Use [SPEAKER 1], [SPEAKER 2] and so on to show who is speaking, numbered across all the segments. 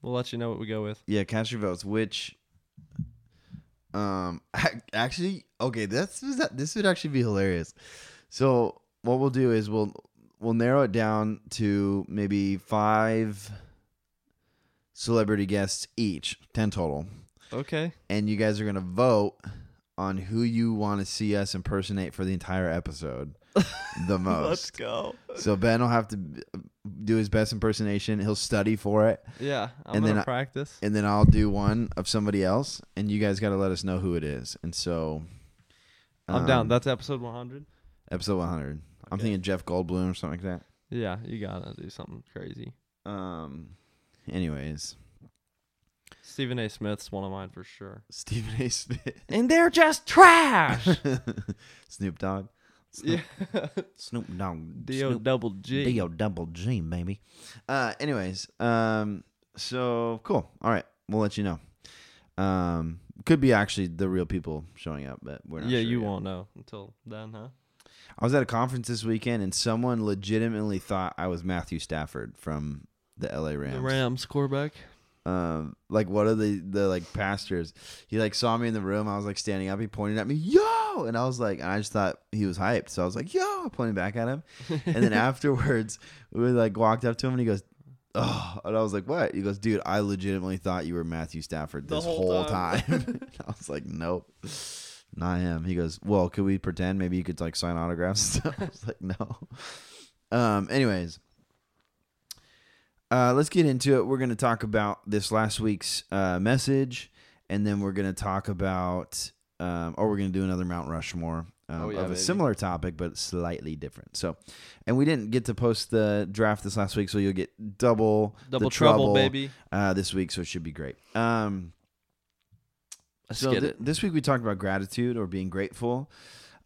[SPEAKER 1] we'll let you know what we go with.
[SPEAKER 2] yeah cast your votes which um ac- actually okay that's this is- this would actually be hilarious so what we'll do is we'll we'll narrow it down to maybe five celebrity guests each 10 total
[SPEAKER 1] Okay.
[SPEAKER 2] and you guys are gonna vote on who you want to see us impersonate for the entire episode the
[SPEAKER 1] Let's
[SPEAKER 2] most.
[SPEAKER 1] go.
[SPEAKER 2] so Ben will have to b- do his best impersonation. He'll study for it,
[SPEAKER 1] Yeah, I'm
[SPEAKER 2] And then
[SPEAKER 1] gonna
[SPEAKER 2] I-
[SPEAKER 1] practice.
[SPEAKER 2] and then I'll do one of somebody else, and you guys gotta let us know who it is. And so
[SPEAKER 1] I'm down.
[SPEAKER 2] um,
[SPEAKER 1] That's episode 100.
[SPEAKER 2] episode 100. I'm
[SPEAKER 1] Okay.
[SPEAKER 2] thinking Jeff Goldblum or something like
[SPEAKER 1] Yeah, you gotta do something crazy.
[SPEAKER 2] that. Um. Anyways,
[SPEAKER 1] Stephen A. Smith's one of mine for sure.
[SPEAKER 2] Stephen A. Smith,
[SPEAKER 1] And they're just trash.
[SPEAKER 2] Snoop Dogg,
[SPEAKER 1] yeah.
[SPEAKER 2] Snoop Dogg,
[SPEAKER 1] D.O.
[SPEAKER 2] Snoop
[SPEAKER 1] Double G.
[SPEAKER 2] D O double G, baby. Uh, anyways, um, so cool. All right, we'll let you know. Um, could be actually the real people showing up, but we're not
[SPEAKER 1] yeah,
[SPEAKER 2] sure
[SPEAKER 1] you
[SPEAKER 2] yet.
[SPEAKER 1] won't know until then, huh?
[SPEAKER 2] I was at a conference this weekend, and someone legitimately thought I was Matthew Stafford from the L.A. Rams.
[SPEAKER 1] The Rams quarterback.
[SPEAKER 2] Um, like one of the the like pastors, he like saw me in the room. I was like standing up. He pointed at me, yo, and I was like, and I just thought he was hyped, so I was like, yo, pointing back at him. And then afterwards, we like walked up to him and he goes, Oh, and I was like, What? He goes, Dude, I legitimately thought you were Matthew Stafford
[SPEAKER 1] The
[SPEAKER 2] this whole,
[SPEAKER 1] whole
[SPEAKER 2] time.
[SPEAKER 1] time."
[SPEAKER 2] I was like, Nope, not him. He goes, Well, could we pretend maybe you could like sign autographs? and stuff?" I was like, No. Um, anyways, uh, let's get into it. We're going to talk about this last week's uh, message, and then we're going to talk about, um, or we're going to do another Mount Rushmore um,
[SPEAKER 1] Oh, yeah,
[SPEAKER 2] of a
[SPEAKER 1] baby.
[SPEAKER 2] similar topic, but slightly different. So, and we didn't get to post the draft this last week, so you'll get double
[SPEAKER 1] Double
[SPEAKER 2] the
[SPEAKER 1] trouble, baby.
[SPEAKER 2] uh, this week, so it should be great. Um,
[SPEAKER 1] Let's
[SPEAKER 2] so
[SPEAKER 1] get
[SPEAKER 2] thi-
[SPEAKER 1] it.
[SPEAKER 2] this week we talked about gratitude or being grateful,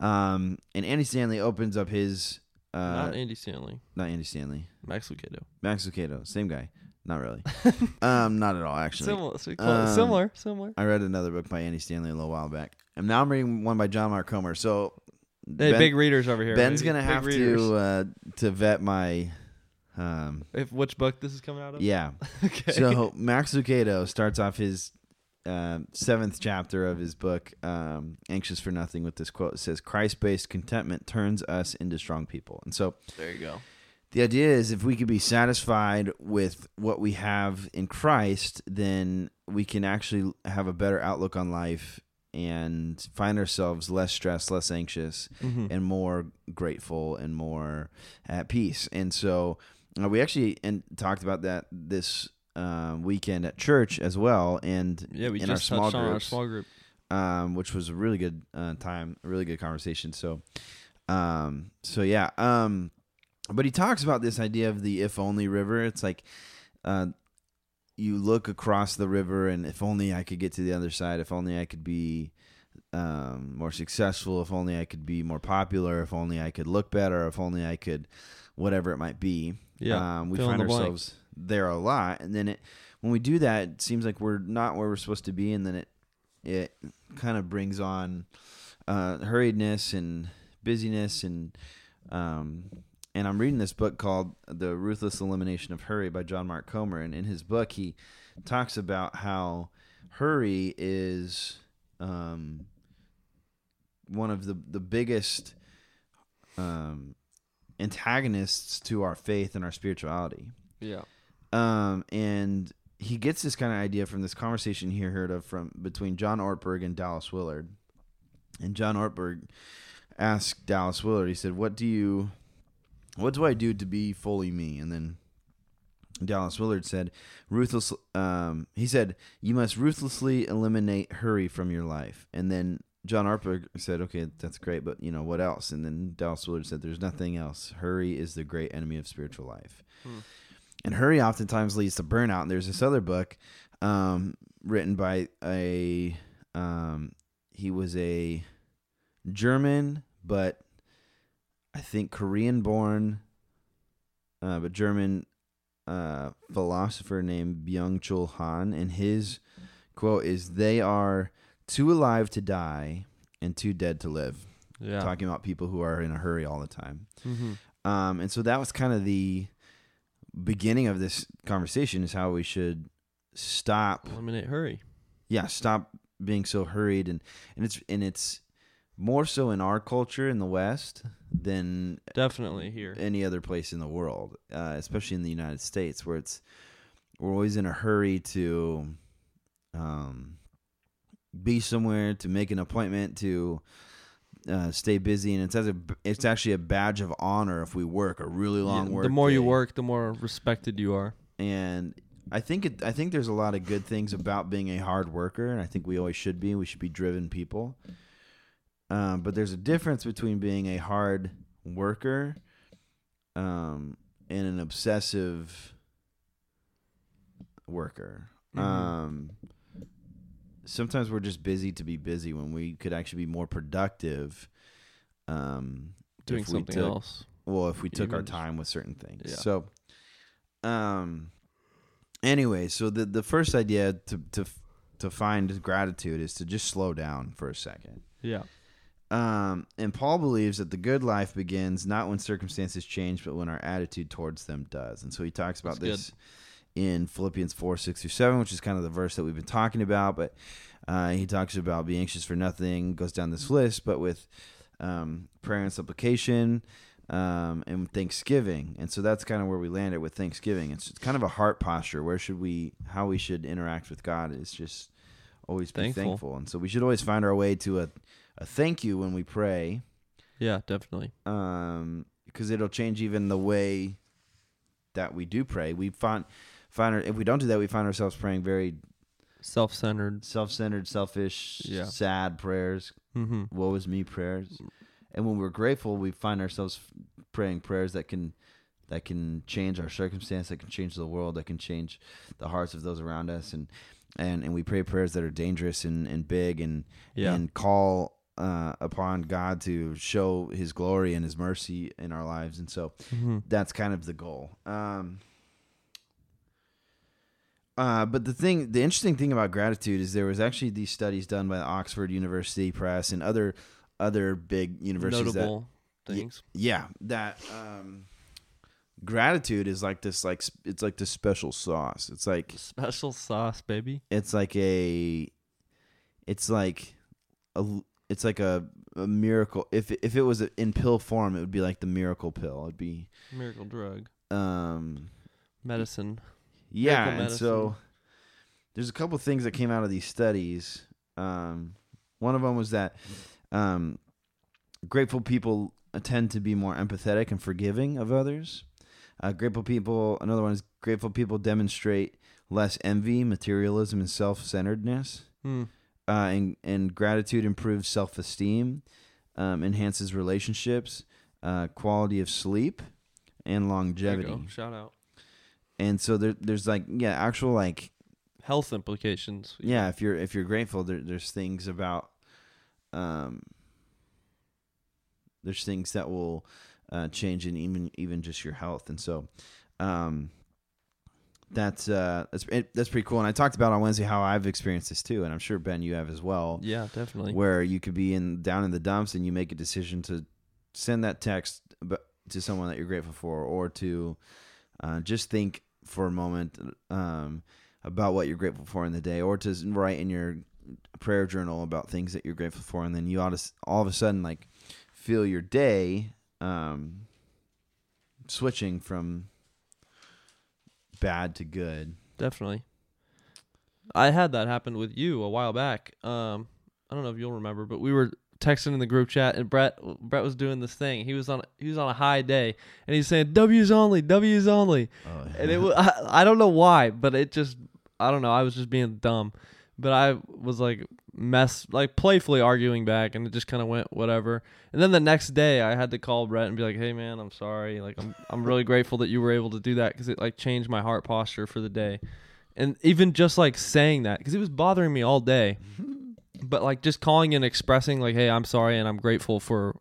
[SPEAKER 2] um, and Andy Stanley opens up his uh,
[SPEAKER 1] Not
[SPEAKER 2] not,
[SPEAKER 1] Andy Stanley.
[SPEAKER 2] Andy Stanley,
[SPEAKER 1] Max Lucado.
[SPEAKER 2] Max Lucado, same guy, not really, um, not at all actually.
[SPEAKER 1] Similar, so clo-
[SPEAKER 2] um,
[SPEAKER 1] similar, similar.
[SPEAKER 2] I read another book by Andy Stanley a little while back, and now I'm reading one by John Mark Comer. So
[SPEAKER 1] Hey,
[SPEAKER 2] Ben-
[SPEAKER 1] big readers over here.
[SPEAKER 2] Ben's
[SPEAKER 1] baby.
[SPEAKER 2] gonna
[SPEAKER 1] Big
[SPEAKER 2] have
[SPEAKER 1] readers.
[SPEAKER 2] to uh, to vet my, um,
[SPEAKER 1] If which book this is coming out of?
[SPEAKER 2] yeah.
[SPEAKER 1] Okay.
[SPEAKER 2] So Max Lucado starts off his um seventh chapter of his book, um, "Anxious for Nothing," with this quote. It says, "Christ-based contentment turns us into strong people." And so
[SPEAKER 1] there you go.
[SPEAKER 2] the idea is, if we could be satisfied with what we have in Christ, then we can actually have a better outlook on life and find ourselves less stressed, less anxious,
[SPEAKER 1] Mhm.
[SPEAKER 2] and more grateful and more at peace. And so uh, we actually and talked about that this um, weekend at church as well, and
[SPEAKER 1] yeah, we
[SPEAKER 2] in
[SPEAKER 1] just
[SPEAKER 2] our
[SPEAKER 1] touched on
[SPEAKER 2] small
[SPEAKER 1] our
[SPEAKER 2] groups.
[SPEAKER 1] small group.
[SPEAKER 2] um, which was a really good uh, time, a really good conversation. So, um, so yeah, um, but he talks about this idea of the if only river. It's like uh, you look across the river, and if only I could get to the other side. If only I could be um, more successful. If only I could be more popular. If only I could look better. If only I could, whatever it might be
[SPEAKER 1] Yeah,
[SPEAKER 2] um, we
[SPEAKER 1] fill in
[SPEAKER 2] find
[SPEAKER 1] the blank.
[SPEAKER 2] ourselves there a lot, and then it when we do that, it seems like we're not where we're supposed to be, and then it it kind of brings on uh, hurriedness and busyness, and um, and I'm reading this book called The Ruthless Elimination of Hurry by John Mark Comer, and in his book he talks about how hurry is um, one of the the biggest um, antagonists to our faith and our spirituality.
[SPEAKER 1] yeah.
[SPEAKER 2] Um, and he gets this kind of idea from this conversation he heard of from between John Ortberg and Dallas Willard. And John Ortberg asked Dallas Willard, he said, What do you what do I do to be fully me? And then Dallas Willard said, ruthless um, he said, You must ruthlessly eliminate hurry from your life. And then John Ortberg said, Okay, that's great, but you know, what else? And then Dallas Willard said, There's nothing else. Hurry is the great enemy of spiritual life. And hurry oftentimes leads to burnout. And there's this other book um, written by a um, he was a German, but I think Korean born, uh, but German uh, philosopher named Byung Chul Han. And his quote is They are too alive to die and too dead to live.
[SPEAKER 1] Yeah.
[SPEAKER 2] Talking about people who are in a hurry all the time.
[SPEAKER 1] Mm-hmm.
[SPEAKER 2] Um, and so that was kind of the beginning of this conversation is how we should stop
[SPEAKER 1] Eliminate hurry.
[SPEAKER 2] yeah, stop being so hurried and, and it's and it's more so in our culture in the West than
[SPEAKER 1] Definitely here.
[SPEAKER 2] any other place in the world, uh, especially in the United States, where it's we're always in a hurry to um, be somewhere, to make an appointment, to uh, stay busy, and it's as a it's actually a badge of honor if we work a really long
[SPEAKER 1] Yeah,
[SPEAKER 2] work.
[SPEAKER 1] the more you
[SPEAKER 2] day.
[SPEAKER 1] work, the more respected you are.
[SPEAKER 2] and I think it, I think there's a lot of good things about being a hard worker, and I think we always should be. We should be driven people. Um, but there's a difference between being a hard worker um, and an obsessive worker.
[SPEAKER 1] Mhm.
[SPEAKER 2] Um, sometimes we're just busy to be busy when we could actually be more productive. Um,
[SPEAKER 1] Doing
[SPEAKER 2] if we
[SPEAKER 1] something
[SPEAKER 2] took-
[SPEAKER 1] else.
[SPEAKER 2] well if we took our
[SPEAKER 1] Even-
[SPEAKER 2] time with certain things
[SPEAKER 1] Yeah.
[SPEAKER 2] so um anyway so the the first idea to to to find gratitude is to just slow down for a second
[SPEAKER 1] Yeah.
[SPEAKER 2] um and paul believes that the good life begins not when circumstances change but when our attitude towards them does and so he talks about
[SPEAKER 1] That's
[SPEAKER 2] this in philippians 4 6 through 7 which is kind of the verse that we've been talking about but uh, he talks about be anxious for nothing goes down this list but with um, prayer and supplication um, and thanksgiving and so that's kind of where we landed with thanksgiving it's it's kind of a heart posture where should we how we should interact with god is just always be
[SPEAKER 1] Thankful.
[SPEAKER 2] thankful. and so we should always find our way to a, a thank you when we pray
[SPEAKER 1] Yeah, definitely.
[SPEAKER 2] um because it'll change even the way that we do pray, we find find our, if we don't do that, we find ourselves praying very
[SPEAKER 1] self-centered.
[SPEAKER 2] self-centered, selfish,
[SPEAKER 1] Yeah.
[SPEAKER 2] sad prayers,
[SPEAKER 1] Mm-hmm.
[SPEAKER 2] woe is me prayers. And when we're grateful, we find ourselves praying prayers that can that can change our circumstance, that can change the world, that can change the hearts of those around us and and, and we pray prayers that are dangerous and, and big and
[SPEAKER 1] Yeah.
[SPEAKER 2] and call uh, upon God to show his glory and his mercy in our lives. And so
[SPEAKER 1] mm-hmm.
[SPEAKER 2] that's kind of the goal. Um, uh, but the thing, the interesting thing about gratitude is there was actually these studies done by the Oxford University Press and other other big universities that
[SPEAKER 1] Notable
[SPEAKER 2] Ye-
[SPEAKER 1] things.
[SPEAKER 2] yeah that um, gratitude is like this like sp- it's like this special sauce. It's like
[SPEAKER 1] Special sauce, baby.
[SPEAKER 2] it's like a it's like a it's like a, a miracle if if it was in pill form it would be like the miracle pill it'd be
[SPEAKER 1] Miracle drug.
[SPEAKER 2] um
[SPEAKER 1] Medicine.
[SPEAKER 2] yeah
[SPEAKER 1] Miracle
[SPEAKER 2] and so there's a couple things that came out of these studies um one of them was that um grateful people tend to be more empathetic and forgiving of others uh, grateful people another one is grateful people demonstrate less envy materialism and self-centeredness
[SPEAKER 1] Mm.
[SPEAKER 2] uh, and and gratitude improves self esteem, um, enhances relationships, uh, quality of sleep, and
[SPEAKER 1] There you go.
[SPEAKER 2] longevity.
[SPEAKER 1] Shout out.
[SPEAKER 2] And so there, there's like yeah, actual like
[SPEAKER 1] Health implications.
[SPEAKER 2] yeah, if you're if you're grateful, there, there's things about, um, there's things that will uh, change in even even just your health, and so, um, that's uh that's it, that's pretty cool. And I talked about on Wednesday how I've experienced this too, and I'm sure Ben you have as well.
[SPEAKER 1] Yeah, definitely.
[SPEAKER 2] where you could be in down in the dumps and you make a decision to send that text ab- to someone that you're grateful for or to uh, just think for a moment um, about what you're grateful for in the day or to s- write in your prayer journal about things that you're grateful for and then you ought to s- all of a sudden like feel your day um, switching from bad to good
[SPEAKER 1] Definitely. I had that happen with you a while back. Um, I don't know if you'll remember, but we were texting in the group chat, and Brett Brett was doing this thing. He was on he was on a high day, and he's saying W's only, W's only,
[SPEAKER 2] oh,
[SPEAKER 1] and it was, I, I don't know why, but it just I don't know. I was just being dumb, but I was like mess like playfully arguing back, and it just kind of went whatever. And then the next day, I had to call Brett and be like, "Hey man, I'm sorry. Like I'm I'm really grateful that you were able to do that because it like changed my heart posture for the day." And even just like saying that because it was bothering me all day, but like just calling and expressing like, "Hey, I'm sorry, and I'm grateful for."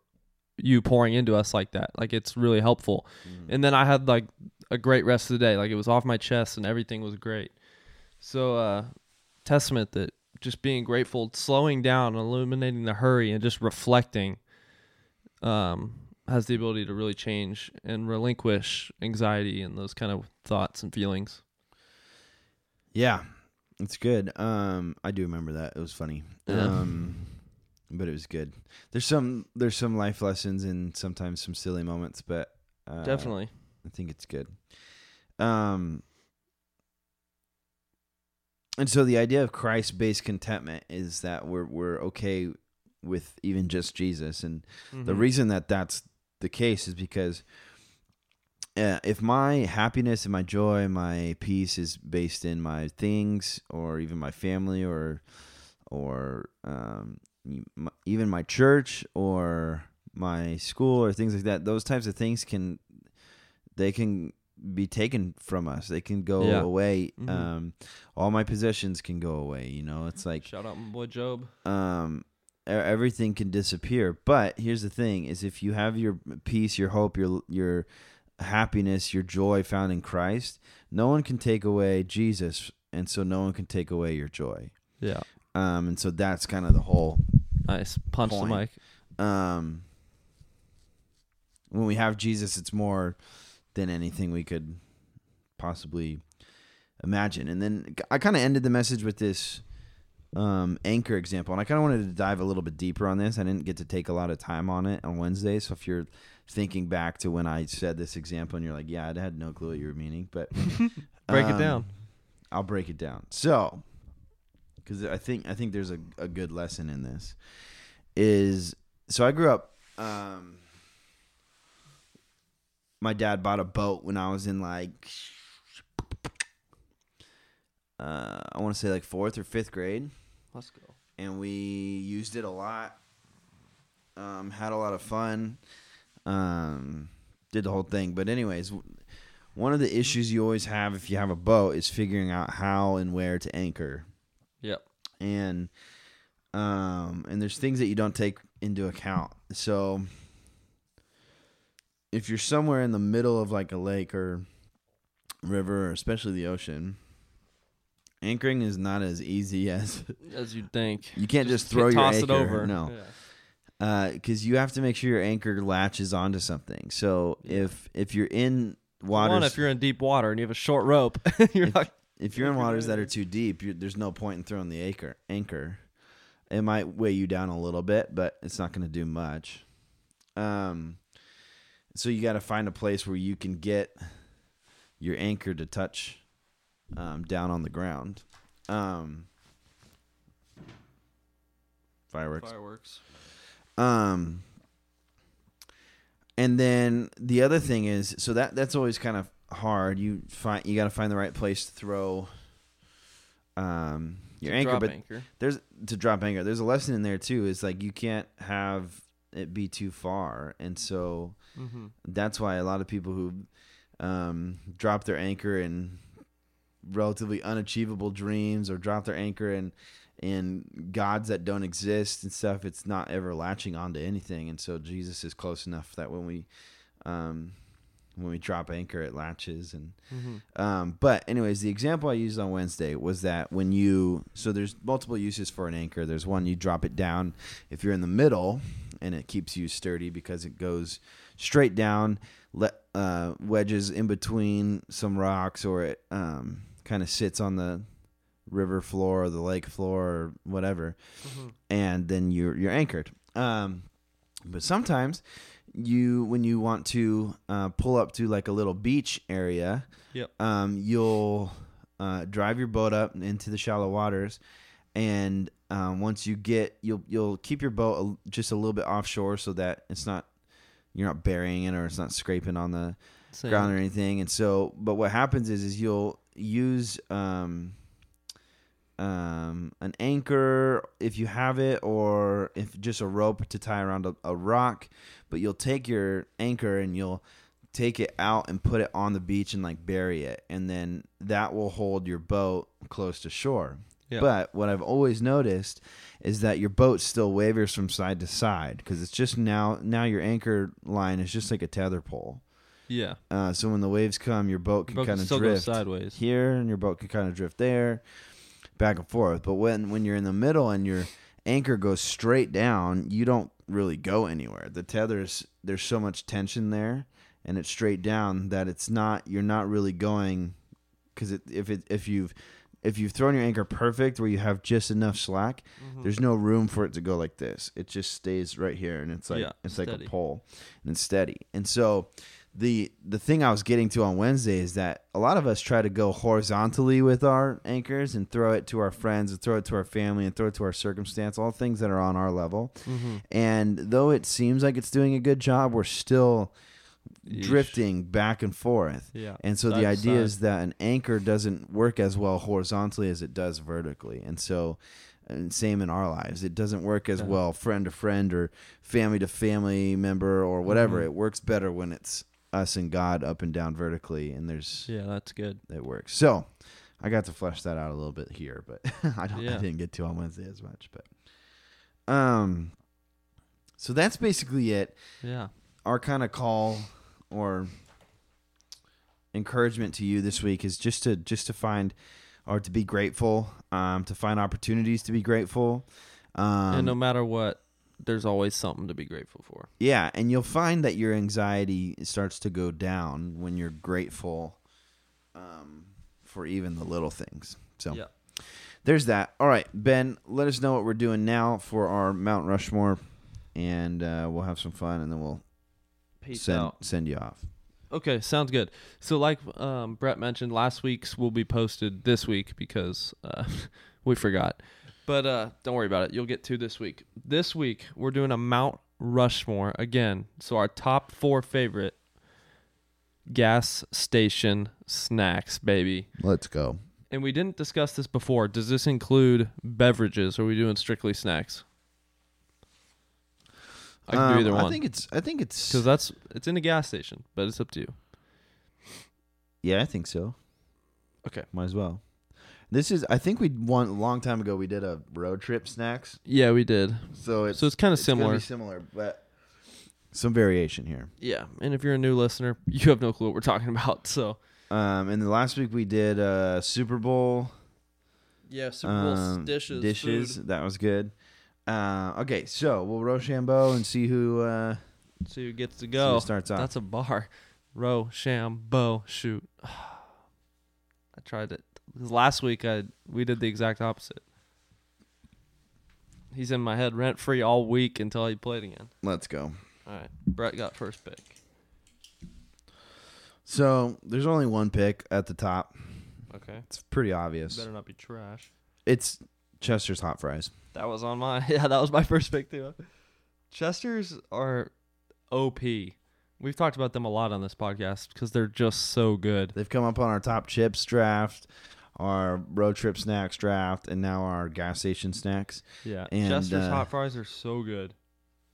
[SPEAKER 1] you pouring into us like that like it's really helpful and then i had like a great rest of the day. Like it was off my chest and everything was great. So uh testament that just being grateful, slowing down, eliminating the hurry and just reflecting um has the ability to really change and relinquish anxiety and those kind of thoughts and feelings.
[SPEAKER 2] Yeah, it's good. Um, I do remember that. It was funny.
[SPEAKER 1] Yeah.
[SPEAKER 2] Um, but it was good. There's some there's some life lessons and sometimes some silly moments, but uh,
[SPEAKER 1] Definitely.
[SPEAKER 2] I think it's good. Um, and so the idea of Christ-based contentment is that we're we're okay with even just Jesus, and the
[SPEAKER 1] Mhm.
[SPEAKER 2] reason that that's the case is because uh, if my happiness and my joy, my peace is based in my things or even my family or or um, m- even my church or my school or things like that, those types of things can they can be taken from us. They can go
[SPEAKER 1] Yeah.
[SPEAKER 2] away.
[SPEAKER 1] Mhm.
[SPEAKER 2] Um, all my possessions can go away. You know, it's like
[SPEAKER 1] Shout out my boy Job.
[SPEAKER 2] um e- everything can disappear but here's the thing is if you have your peace your hope your your happiness your joy found in Christ no one can take away Jesus and so no one can take away your joy
[SPEAKER 1] Yeah.
[SPEAKER 2] um and so that's kind of the whole
[SPEAKER 1] Nice. Punch the mic.
[SPEAKER 2] Point. um when we have Jesus it's more than anything we could possibly imagine and then I kind of ended the message with this um, anchor example, and I kind of wanted to dive a little bit deeper on this. I didn't get to take a lot of time on it on Wednesday, so if you're thinking back to when I said this example, and you're like, "Yeah, I had no clue what you were meaning," but
[SPEAKER 1] Break it
[SPEAKER 2] um,
[SPEAKER 1] down.
[SPEAKER 2] I'll break it down. So, because I think I think there's a, a good lesson in this is so I grew up um, my dad bought a boat when I was in like uh, I want to say like fourth or fifth grade,
[SPEAKER 1] Let's go.
[SPEAKER 2] and we used it a lot. Um, had a lot of fun. Um, did the whole thing, but anyways, w- one of the issues you always have if you have a boat is figuring out how and where to anchor
[SPEAKER 1] Yep.
[SPEAKER 2] and um and there's things that you don't take into account so if you're somewhere in the middle of like a lake or river or especially the ocean anchoring is not as easy as
[SPEAKER 1] As you think.
[SPEAKER 2] you can't just, throw your
[SPEAKER 1] toss
[SPEAKER 2] anchor
[SPEAKER 1] it over.
[SPEAKER 2] no
[SPEAKER 1] Yeah.
[SPEAKER 2] because Uh, you have to make sure your anchor latches onto something so if if you're in
[SPEAKER 1] One,
[SPEAKER 2] waters
[SPEAKER 1] if you're in deep water and you have a short rope, you're not
[SPEAKER 2] if you're in waters that are too deep, you there's no point in throwing the anchor. Anchor, it might weigh you down a little bit, but it's not going to do much. Um, so you got to find a place where you can get your anchor to touch um, down on the ground. Um, fireworks.
[SPEAKER 1] fireworks.
[SPEAKER 2] Um, and then the other thing is, so that that's always kind of hard. You find you got to find the right place to throw um your
[SPEAKER 1] To
[SPEAKER 2] anchor,
[SPEAKER 1] drop
[SPEAKER 2] but
[SPEAKER 1] anchor.
[SPEAKER 2] there's to drop anchor. There's a lesson in there too. It's like you can't have it be too far, and so
[SPEAKER 1] Mm-hmm.
[SPEAKER 2] that's why a lot of people who um, drop their anchor in relatively unachievable dreams or drop their anchor in in gods that don't exist and stuff it's not ever latching onto anything and so jesus is close enough that when we um when we drop anchor it latches and
[SPEAKER 1] Mm-hmm.
[SPEAKER 2] um, but anyways, the example I used on Wednesday was that when you so there's multiple uses for an anchor. There's one you drop it down if you're in the middle, and it keeps you sturdy because it goes straight down, le- uh, wedges in between some rocks, or it um, kind of sits on the river floor or the lake floor or whatever and then you're you're anchored. Um, but sometimes you when you want to uh, pull up to like a little beach area,
[SPEAKER 1] Yep.
[SPEAKER 2] um, you'll uh, drive your boat up into the shallow waters, and um, once you get you'll you'll keep your boat a- just a little bit offshore so that it's not you're not burying it or it's not scraping on the ground or anything. And so, but what happens is, is you'll use um, um, an anchor if you have it, or if just a rope to tie around a, a rock. But you'll take your anchor and you'll take it out and put it on the beach and like bury it, and then that will hold your boat close to shore.
[SPEAKER 1] Yeah.
[SPEAKER 2] But what I've always noticed is that your boat still wavers from side to side because it's just now now your anchor line is just like a tether pole.
[SPEAKER 1] Yeah.
[SPEAKER 2] Uh, so when the waves come, your boat can
[SPEAKER 1] Boat
[SPEAKER 2] kind
[SPEAKER 1] can
[SPEAKER 2] of
[SPEAKER 1] still
[SPEAKER 2] drift
[SPEAKER 1] go sideways.
[SPEAKER 2] here, and your boat can kind of drift there, back and forth. But when when you're in the middle and your anchor goes straight down, you don't really go anywhere. The tethers there's so much tension there, and it's straight down that it's not you're not really going because it, if it if you've if you've thrown your anchor perfect where you have just enough slack,
[SPEAKER 1] Mm-hmm.
[SPEAKER 2] there's no room for it to go like this. It just stays right here, and it's like
[SPEAKER 1] Yeah,
[SPEAKER 2] it's like
[SPEAKER 1] steady.
[SPEAKER 2] a pole, and it's steady. And so, the the thing I was getting to on Wednesday is that a lot of us try to go horizontally with our anchors and throw it to our friends, and throw it to our family, and throw it to our circumstance, all things that are on our level.
[SPEAKER 1] Mhm.
[SPEAKER 2] And though it seems like it's doing a good job, we're still
[SPEAKER 1] Yeesh.
[SPEAKER 2] drifting back and forth.
[SPEAKER 1] Yeah.
[SPEAKER 2] And so
[SPEAKER 1] Side
[SPEAKER 2] the
[SPEAKER 1] to
[SPEAKER 2] idea
[SPEAKER 1] side.
[SPEAKER 2] is that an anchor doesn't work as well horizontally as it does vertically. And so, and same in our lives, it doesn't work as
[SPEAKER 1] Yeah.
[SPEAKER 2] well friend to friend or family to family member or whatever.
[SPEAKER 1] Mhm.
[SPEAKER 2] It works better when it's us and God up and down vertically, and there's
[SPEAKER 1] Yeah, that's good.
[SPEAKER 2] it works. So, I got to flesh that out a little bit here, but I don't. I
[SPEAKER 1] Yeah.
[SPEAKER 2] didn't get to on Wednesday as much, but um, so that's basically it
[SPEAKER 1] Yeah.
[SPEAKER 2] our kind of call or encouragement to you this week is just to just to find or to be grateful um to find opportunities to be grateful um
[SPEAKER 1] and no matter what, there's always something to be grateful for.
[SPEAKER 2] yeah and you'll find that your anxiety starts to go down when you're grateful um for even the little things so
[SPEAKER 1] Yeah.
[SPEAKER 2] there's that all right ben let us know what we're doing now for our mount rushmore and uh, we'll have some fun and then we'll
[SPEAKER 1] Peace
[SPEAKER 2] send
[SPEAKER 1] out.
[SPEAKER 2] send you off
[SPEAKER 1] Okay, sounds good. So, like um, Brett mentioned, last week's will be posted this week because uh, we forgot. But uh, don't worry about it. You'll get two this week. This week, we're doing a Mount Rushmore again. So, our top four favorite gas station snacks, baby.
[SPEAKER 3] Let's go.
[SPEAKER 1] And we didn't discuss this before. Does this include beverages? Or are we doing strictly snacks? I can
[SPEAKER 2] Um,
[SPEAKER 1] do either
[SPEAKER 2] I
[SPEAKER 1] one.
[SPEAKER 2] think it's. I think it's.
[SPEAKER 1] Because that's it's in a gas station, but it's up to you.
[SPEAKER 2] yeah, I think so.
[SPEAKER 1] Okay.
[SPEAKER 2] Might as well. This is. I think we one a long time ago. We did a road trip snacks.
[SPEAKER 1] Yeah, we did.
[SPEAKER 2] So it's.
[SPEAKER 1] so it's kind of
[SPEAKER 2] it's gonna
[SPEAKER 1] similar.
[SPEAKER 2] be similar, but some variation here.
[SPEAKER 1] Yeah, and if you're a new listener, you have no clue what we're talking about. So
[SPEAKER 2] Um, and the last week we did uh Super Bowl.
[SPEAKER 1] yeah,
[SPEAKER 2] um, Dishes. That was good. Uh, okay, so we'll Rochambeau and see who uh, see
[SPEAKER 1] So you get to
[SPEAKER 2] who
[SPEAKER 1] go.
[SPEAKER 2] starts off.
[SPEAKER 1] That's a bar. Row, sham, bow, shoot. I tried it 'Cause last week. I we did the exact opposite. He's in my head rent free all week until he played again.
[SPEAKER 2] Let's go.
[SPEAKER 1] All right, Brett got first pick.
[SPEAKER 2] So there's only one pick at the top.
[SPEAKER 1] Okay,
[SPEAKER 2] It's pretty obvious.
[SPEAKER 1] better not be trash.
[SPEAKER 2] It's Chester's hot fries.
[SPEAKER 1] That was on mine. Yeah, that was my first pick too. Chesters are OP. We've talked about them a lot on this podcast because they're just so good.
[SPEAKER 2] They've come up on our top chips draft, our road trip snacks draft, and now our gas station snacks.
[SPEAKER 1] Yeah,
[SPEAKER 2] And,
[SPEAKER 1] Chester's
[SPEAKER 2] uh,
[SPEAKER 1] hot fries are so good.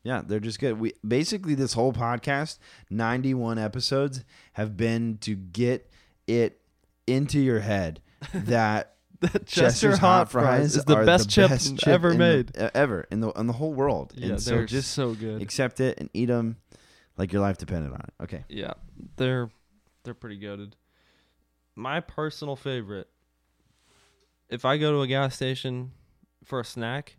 [SPEAKER 2] Yeah, they're just good. We basically this whole podcast, 91 episodes have been to get it into your head that Chester's hot fries
[SPEAKER 1] is the
[SPEAKER 2] are
[SPEAKER 1] best chip
[SPEAKER 2] best chip
[SPEAKER 1] ever
[SPEAKER 2] in the-
[SPEAKER 1] made.
[SPEAKER 2] uh, ever in the in the whole world.
[SPEAKER 1] yeah,
[SPEAKER 2] and so
[SPEAKER 1] they're
[SPEAKER 2] just
[SPEAKER 1] just so good.
[SPEAKER 2] accept it and eat them like your life depended on it. Okay.
[SPEAKER 1] yeah, they're they're pretty goaded. My personal favorite, if I go to a gas station for a snack,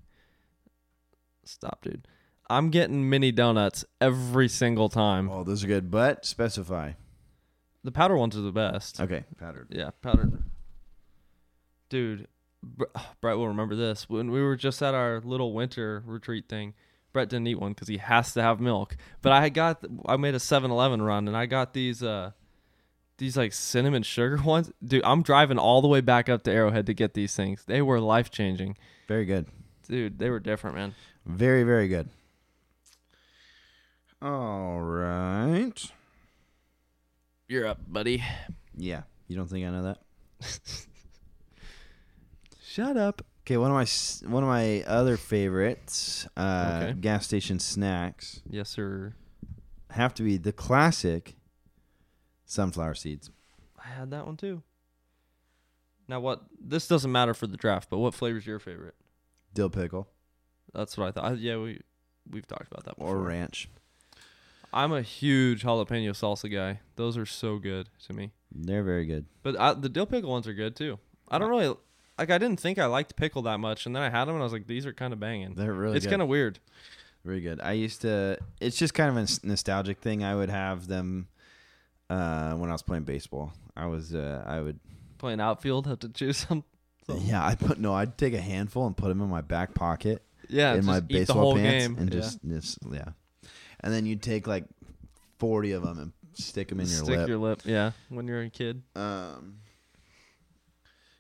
[SPEAKER 1] stop, dude. I'm getting mini donuts every single time.
[SPEAKER 2] Oh, those are good, but specify.
[SPEAKER 1] The powder ones are the best.
[SPEAKER 2] Okay. Powdered.
[SPEAKER 1] Yeah, powdered. Dude, Br- Brett will remember this. When we were just at our little winter retreat thing, Brett didn't eat one because he has to have milk. But I had got, I made a 7-Eleven run and I got these, uh, these like cinnamon sugar ones. Dude, I'm driving all the way back up to Arrowhead to get these things. They were life changing.
[SPEAKER 2] Very good.
[SPEAKER 1] Dude, they were different, man.
[SPEAKER 2] Very, very good. All right.
[SPEAKER 1] You're up, buddy.
[SPEAKER 2] Yeah. You don't think I know that?
[SPEAKER 1] Shut up.
[SPEAKER 2] Okay, one of my s- one of my other favorites uh,
[SPEAKER 1] Okay.
[SPEAKER 2] gas station snacks
[SPEAKER 1] Yes, sir.
[SPEAKER 2] have to be the classic sunflower seeds.
[SPEAKER 1] I had that one too. Now, what? This doesn't matter for the draft, but what flavor's your favorite?
[SPEAKER 2] Dill pickle
[SPEAKER 1] That's what I thought. I- Yeah, we we've talked about that before.
[SPEAKER 2] or ranch.
[SPEAKER 1] I'm a huge jalapeno salsa guy. Those are so good to me.
[SPEAKER 2] They're very good.
[SPEAKER 1] But I, the dill pickle ones are good too. I don't really like. I didn't think I liked pickle that much, and then I had them, and I was like, these are kind of banging.
[SPEAKER 2] They're really
[SPEAKER 1] it's
[SPEAKER 2] good.
[SPEAKER 1] kind of weird.
[SPEAKER 2] Very good. I used to. It's just kind of a n- nostalgic thing. I would have them uh, when I was playing baseball. I was. Uh, I would.
[SPEAKER 1] Playing outfield, have to choose some. some-
[SPEAKER 2] Yeah. I put no. I'd take a handful and put them in my back pocket
[SPEAKER 1] yeah,
[SPEAKER 2] in
[SPEAKER 1] just
[SPEAKER 2] my
[SPEAKER 1] eat
[SPEAKER 2] baseball
[SPEAKER 1] the whole
[SPEAKER 2] pants
[SPEAKER 1] game
[SPEAKER 2] and
[SPEAKER 1] Yeah.
[SPEAKER 2] just, just yeah. And then you take like forty of them and stick them in your
[SPEAKER 1] stick
[SPEAKER 2] lip.
[SPEAKER 1] your lip. Yeah, when you're a kid.
[SPEAKER 2] um.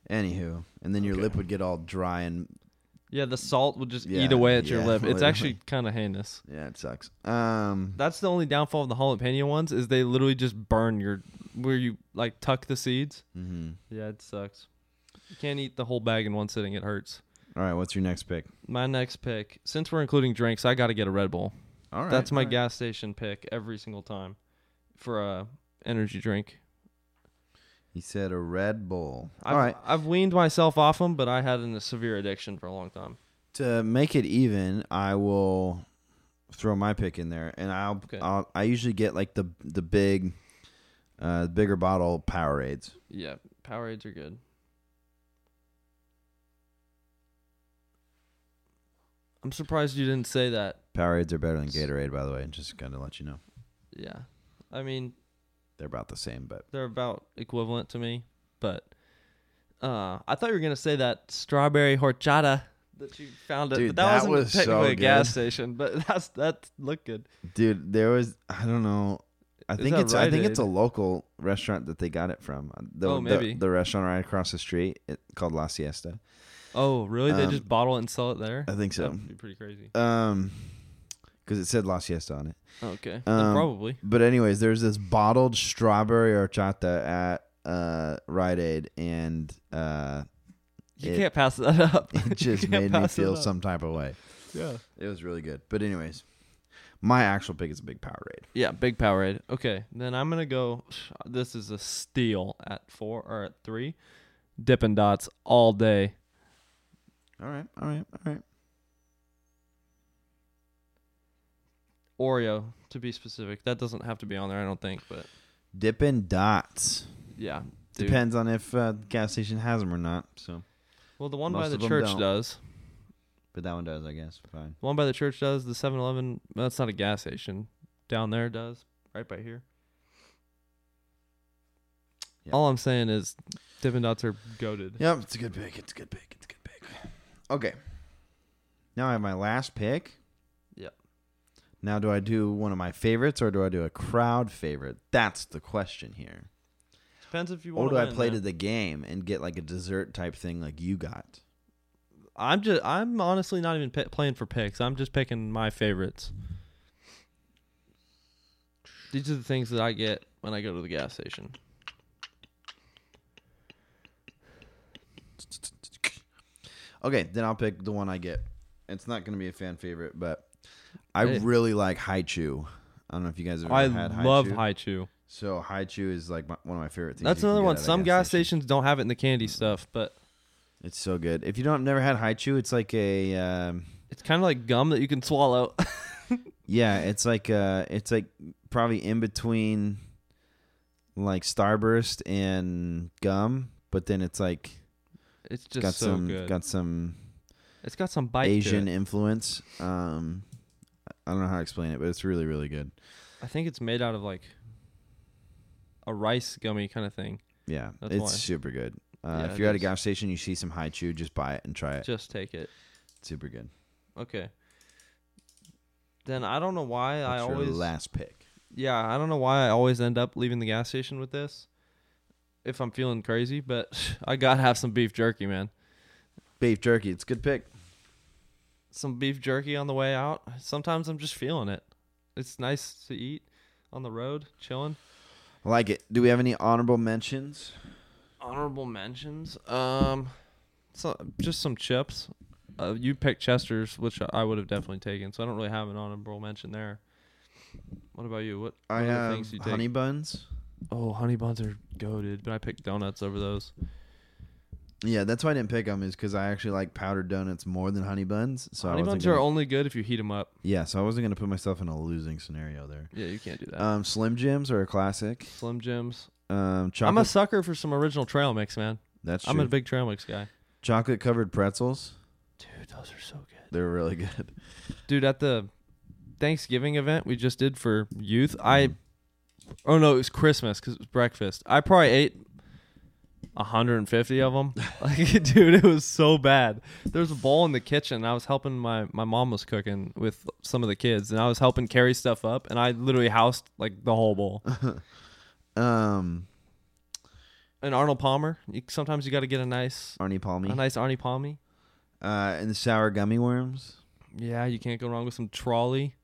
[SPEAKER 2] Anywho, and then your
[SPEAKER 1] Okay.
[SPEAKER 2] lip would get all dry and
[SPEAKER 1] Yeah, the salt would just eat
[SPEAKER 2] Yeah,
[SPEAKER 1] away at your
[SPEAKER 2] yeah,
[SPEAKER 1] lip. It's
[SPEAKER 2] literally.
[SPEAKER 1] actually kind of heinous.
[SPEAKER 2] yeah, it sucks. Um.
[SPEAKER 1] That's the only downfall of the jalapeno ones is they literally just burn your where you like tuck the seeds.
[SPEAKER 2] hmm
[SPEAKER 1] Yeah, it sucks. You can't eat the whole bag in one sitting. It hurts.
[SPEAKER 2] All right. What's your next pick?
[SPEAKER 1] My next pick, since we're including drinks, I got to get a Red Bull.
[SPEAKER 2] All right.
[SPEAKER 1] That's my
[SPEAKER 2] all right.
[SPEAKER 1] gas station pick every single time for a energy drink.
[SPEAKER 2] He said a Red Bull.
[SPEAKER 1] I've,
[SPEAKER 2] all right.
[SPEAKER 1] I've weaned myself off them, but I had an- a severe addiction for a long time.
[SPEAKER 2] to make it even, I will throw my pick in there, and I'll,
[SPEAKER 1] Okay.
[SPEAKER 2] I'll I usually get like the the big, uh, bigger bottle Powerades.
[SPEAKER 1] Yeah, Powerades are good. I'm surprised you didn't say that.
[SPEAKER 2] Powerades are better than Gatorade, by the way. Just gonna let you know,
[SPEAKER 1] Yeah. I mean,
[SPEAKER 2] they're about the same. But
[SPEAKER 1] they're about equivalent to me, but uh, I thought you were gonna say that strawberry horchata that you found at
[SPEAKER 2] Dude,
[SPEAKER 1] but that,
[SPEAKER 2] that
[SPEAKER 1] wasn't
[SPEAKER 2] was so
[SPEAKER 1] technically a gas
[SPEAKER 2] good.
[SPEAKER 1] station, but that's that looked good.
[SPEAKER 2] dude, there was I don't know. I
[SPEAKER 1] Is
[SPEAKER 2] think
[SPEAKER 1] that
[SPEAKER 2] it's I
[SPEAKER 1] Rite
[SPEAKER 2] think it's a
[SPEAKER 1] Aid?
[SPEAKER 2] local restaurant that they got it from. Uh, The,
[SPEAKER 1] Oh,
[SPEAKER 2] the-
[SPEAKER 1] maybe.
[SPEAKER 2] the, restaurant right across the street it, called La Siesta.
[SPEAKER 1] Oh, really? they
[SPEAKER 2] Um,
[SPEAKER 1] just bottle it and sell it there?
[SPEAKER 2] I think so.
[SPEAKER 1] That'd be pretty crazy.
[SPEAKER 2] Um, because it said La Siesta on it.
[SPEAKER 1] Okay.
[SPEAKER 2] Um,
[SPEAKER 1] Uh, probably.
[SPEAKER 2] But anyways, there's this bottled strawberry horchata at uh, Rite Aid, and uh,
[SPEAKER 1] You
[SPEAKER 2] it-
[SPEAKER 1] can't pass that up.
[SPEAKER 2] it just
[SPEAKER 1] You can't
[SPEAKER 2] made me
[SPEAKER 1] pass it
[SPEAKER 2] feel
[SPEAKER 1] up.
[SPEAKER 2] some type of way.
[SPEAKER 1] Yeah.
[SPEAKER 2] It was really good. But anyways, my actual pick is a big Powerade.
[SPEAKER 1] Yeah, big Powerade. Okay, then I'm gonna go. This is a steal at four or at three. Dippin' Dots all day.
[SPEAKER 2] All right, all right, all right.
[SPEAKER 1] Oreo, to be specific. That doesn't have to be on there, I don't think. But
[SPEAKER 2] Dippin' Dots
[SPEAKER 1] yeah, dude.
[SPEAKER 2] depends on if uh, the gas station has them or not. So,
[SPEAKER 1] Well, the one
[SPEAKER 2] Most
[SPEAKER 1] by
[SPEAKER 2] of
[SPEAKER 1] the
[SPEAKER 2] 'em
[SPEAKER 1] church
[SPEAKER 2] don't.
[SPEAKER 1] does.
[SPEAKER 2] but that one does, I guess. Fine.
[SPEAKER 1] The one by the church does. The 7-Eleven. well, That's not a gas station. Down there does. Right by here.
[SPEAKER 2] Yeah.
[SPEAKER 1] All I'm saying is, Dippin' Dots are goaded.
[SPEAKER 2] Yep, it's a good pick. It's a good pick. It's a good pick. Okay. Now I have my last pick.
[SPEAKER 1] Yep.
[SPEAKER 2] Now, do I do one of my favorites or do I do a crowd favorite? That's the question here.
[SPEAKER 1] Depends if you
[SPEAKER 2] Or
[SPEAKER 1] want.
[SPEAKER 2] do
[SPEAKER 1] to
[SPEAKER 2] I
[SPEAKER 1] win,
[SPEAKER 2] play
[SPEAKER 1] man.
[SPEAKER 2] to the game and get like a dessert type thing like you got?
[SPEAKER 1] I'm just. I'm honestly not even pi playing for picks. I'm just picking my favorites. These are the things that I get when I go to the gas station.
[SPEAKER 2] Okay, then I'll pick the one I get. It's not going to be a fan favorite, but I
[SPEAKER 1] Hey.
[SPEAKER 2] really like Haichu. I don't know if you guys have ever
[SPEAKER 1] I
[SPEAKER 2] had Haichu.
[SPEAKER 1] love Haichu.
[SPEAKER 2] So Haichu is like my, one of my favorite things.
[SPEAKER 1] That's
[SPEAKER 2] you can
[SPEAKER 1] another
[SPEAKER 2] get
[SPEAKER 1] one.
[SPEAKER 2] at a
[SPEAKER 1] Some gas stations don't have it in the candy stuff, but
[SPEAKER 2] It's so good. If you don't never had Haichu, it's like a um,
[SPEAKER 1] it's kind of like gum that you can swallow.
[SPEAKER 2] yeah, it's like uh it's like probably in between like Starburst and gum, but then it's like
[SPEAKER 1] it's just
[SPEAKER 2] got
[SPEAKER 1] so
[SPEAKER 2] some
[SPEAKER 1] good.
[SPEAKER 2] got some
[SPEAKER 1] it's got some bite.
[SPEAKER 2] Asian
[SPEAKER 1] To it.
[SPEAKER 2] influence. Um I don't know how to explain it, but it's really really good.
[SPEAKER 1] I think it's made out of like a rice gummy kind of thing.
[SPEAKER 2] Yeah,
[SPEAKER 1] That's
[SPEAKER 2] it's
[SPEAKER 1] why.
[SPEAKER 2] super good. Uh,
[SPEAKER 1] Yeah,
[SPEAKER 2] if
[SPEAKER 1] it
[SPEAKER 2] you're at a
[SPEAKER 1] is.
[SPEAKER 2] gas station, you see some Haichu, just buy it and try it.
[SPEAKER 1] Just take it.
[SPEAKER 2] It's super good.
[SPEAKER 1] Okay. Then I don't know why I
[SPEAKER 2] That's your
[SPEAKER 1] always
[SPEAKER 2] last pick.
[SPEAKER 1] yeah, I don't know why I always end up leaving the gas station with this if I'm feeling crazy, but I gotta have some beef jerky, man.
[SPEAKER 2] Beef jerky. It's a good pick.
[SPEAKER 1] Some beef jerky on the way out. Sometimes I'm just feeling it. It's nice to eat on the road, chilling.
[SPEAKER 2] I like it. Do we have any honorable mentions?
[SPEAKER 1] Honorable mentions. Um, so just some chips. Uh, you picked Chester's, which I- I would have definitely taken, so I don't really have an honorable mention there. What about you? What,
[SPEAKER 2] I
[SPEAKER 1] what other
[SPEAKER 2] have
[SPEAKER 1] things you take?
[SPEAKER 2] honey buns.
[SPEAKER 1] Oh, honey buns are goaded, but I picked donuts over those.
[SPEAKER 2] Yeah, that's why I didn't pick them is because I actually like powdered donuts more than honey buns. So
[SPEAKER 1] honey
[SPEAKER 2] I wasn't
[SPEAKER 1] buns
[SPEAKER 2] gonna,
[SPEAKER 1] are only good if you heat them up.
[SPEAKER 2] yeah, so I wasn't gonna put myself in a losing scenario there.
[SPEAKER 1] Yeah, you can't do that.
[SPEAKER 2] Um, Slim Jims are a classic.
[SPEAKER 1] Slim Jims.
[SPEAKER 2] Um, chocolate.
[SPEAKER 1] I'm a sucker for some original trail mix, man.
[SPEAKER 2] that's
[SPEAKER 1] I'm
[SPEAKER 2] true.
[SPEAKER 1] a big trail mix guy.
[SPEAKER 2] chocolate covered pretzels.
[SPEAKER 1] Dude, those are so good.
[SPEAKER 2] They're really good.
[SPEAKER 1] Dude, at the Thanksgiving event we just did for youth, I oh no, it was Christmas because it was breakfast. I probably ate 150 of them. Like, dude, it was so bad. There was a bowl in the kitchen. I was helping my my mom was cooking with some of the kids, and I was helping carry stuff up, and I literally housed like the whole bowl.
[SPEAKER 2] Um,
[SPEAKER 1] And Arnold Palmer, you, sometimes you got to get a nice
[SPEAKER 2] Arnie Palmy.
[SPEAKER 1] a nice Arnie Palmy.
[SPEAKER 2] Uh, and the sour gummy worms.
[SPEAKER 1] Yeah, you can't go wrong with some trolley.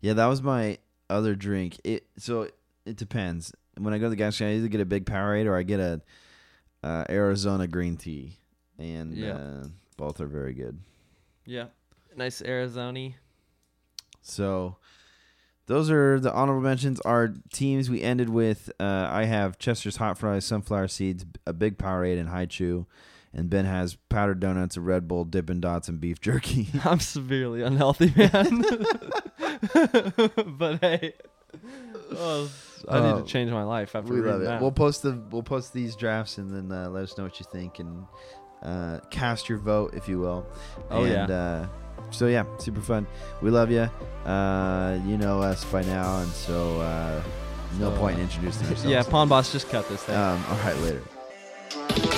[SPEAKER 2] Yeah, that was my other drink. It so it depends. When I go to the gas station, I either get a big Powerade or I get a uh, Arizona green tea, and
[SPEAKER 1] Yeah.
[SPEAKER 2] uh, both are very good.
[SPEAKER 1] Yeah, nice Arizona.
[SPEAKER 2] So those are the honorable mentions. Our teams we ended with. Uh, I have Chester's hot fries, sunflower seeds, a big Powerade, and Haichu. And Ben has powdered donuts, a Red Bull, Dippin' Dots, and beef jerky.
[SPEAKER 1] I'm severely unhealthy, man. but hey, oh, I need
[SPEAKER 2] Oh,
[SPEAKER 1] to change my life after
[SPEAKER 2] we
[SPEAKER 1] reading
[SPEAKER 2] love it.
[SPEAKER 1] that.
[SPEAKER 2] We'll post the we'll post these drafts and then uh, let us know what you think and uh, cast your vote, if you will.
[SPEAKER 1] Oh,
[SPEAKER 2] and, Uh, so yeah, super fun. We love you. Uh, you know us by now, and so uh, no
[SPEAKER 1] So,
[SPEAKER 2] point
[SPEAKER 1] uh,
[SPEAKER 2] in introducing
[SPEAKER 1] yeah,
[SPEAKER 2] ourselves.
[SPEAKER 1] Pawn Boss, just cut this thing.
[SPEAKER 2] Um, all right, later.
[SPEAKER 4] Thank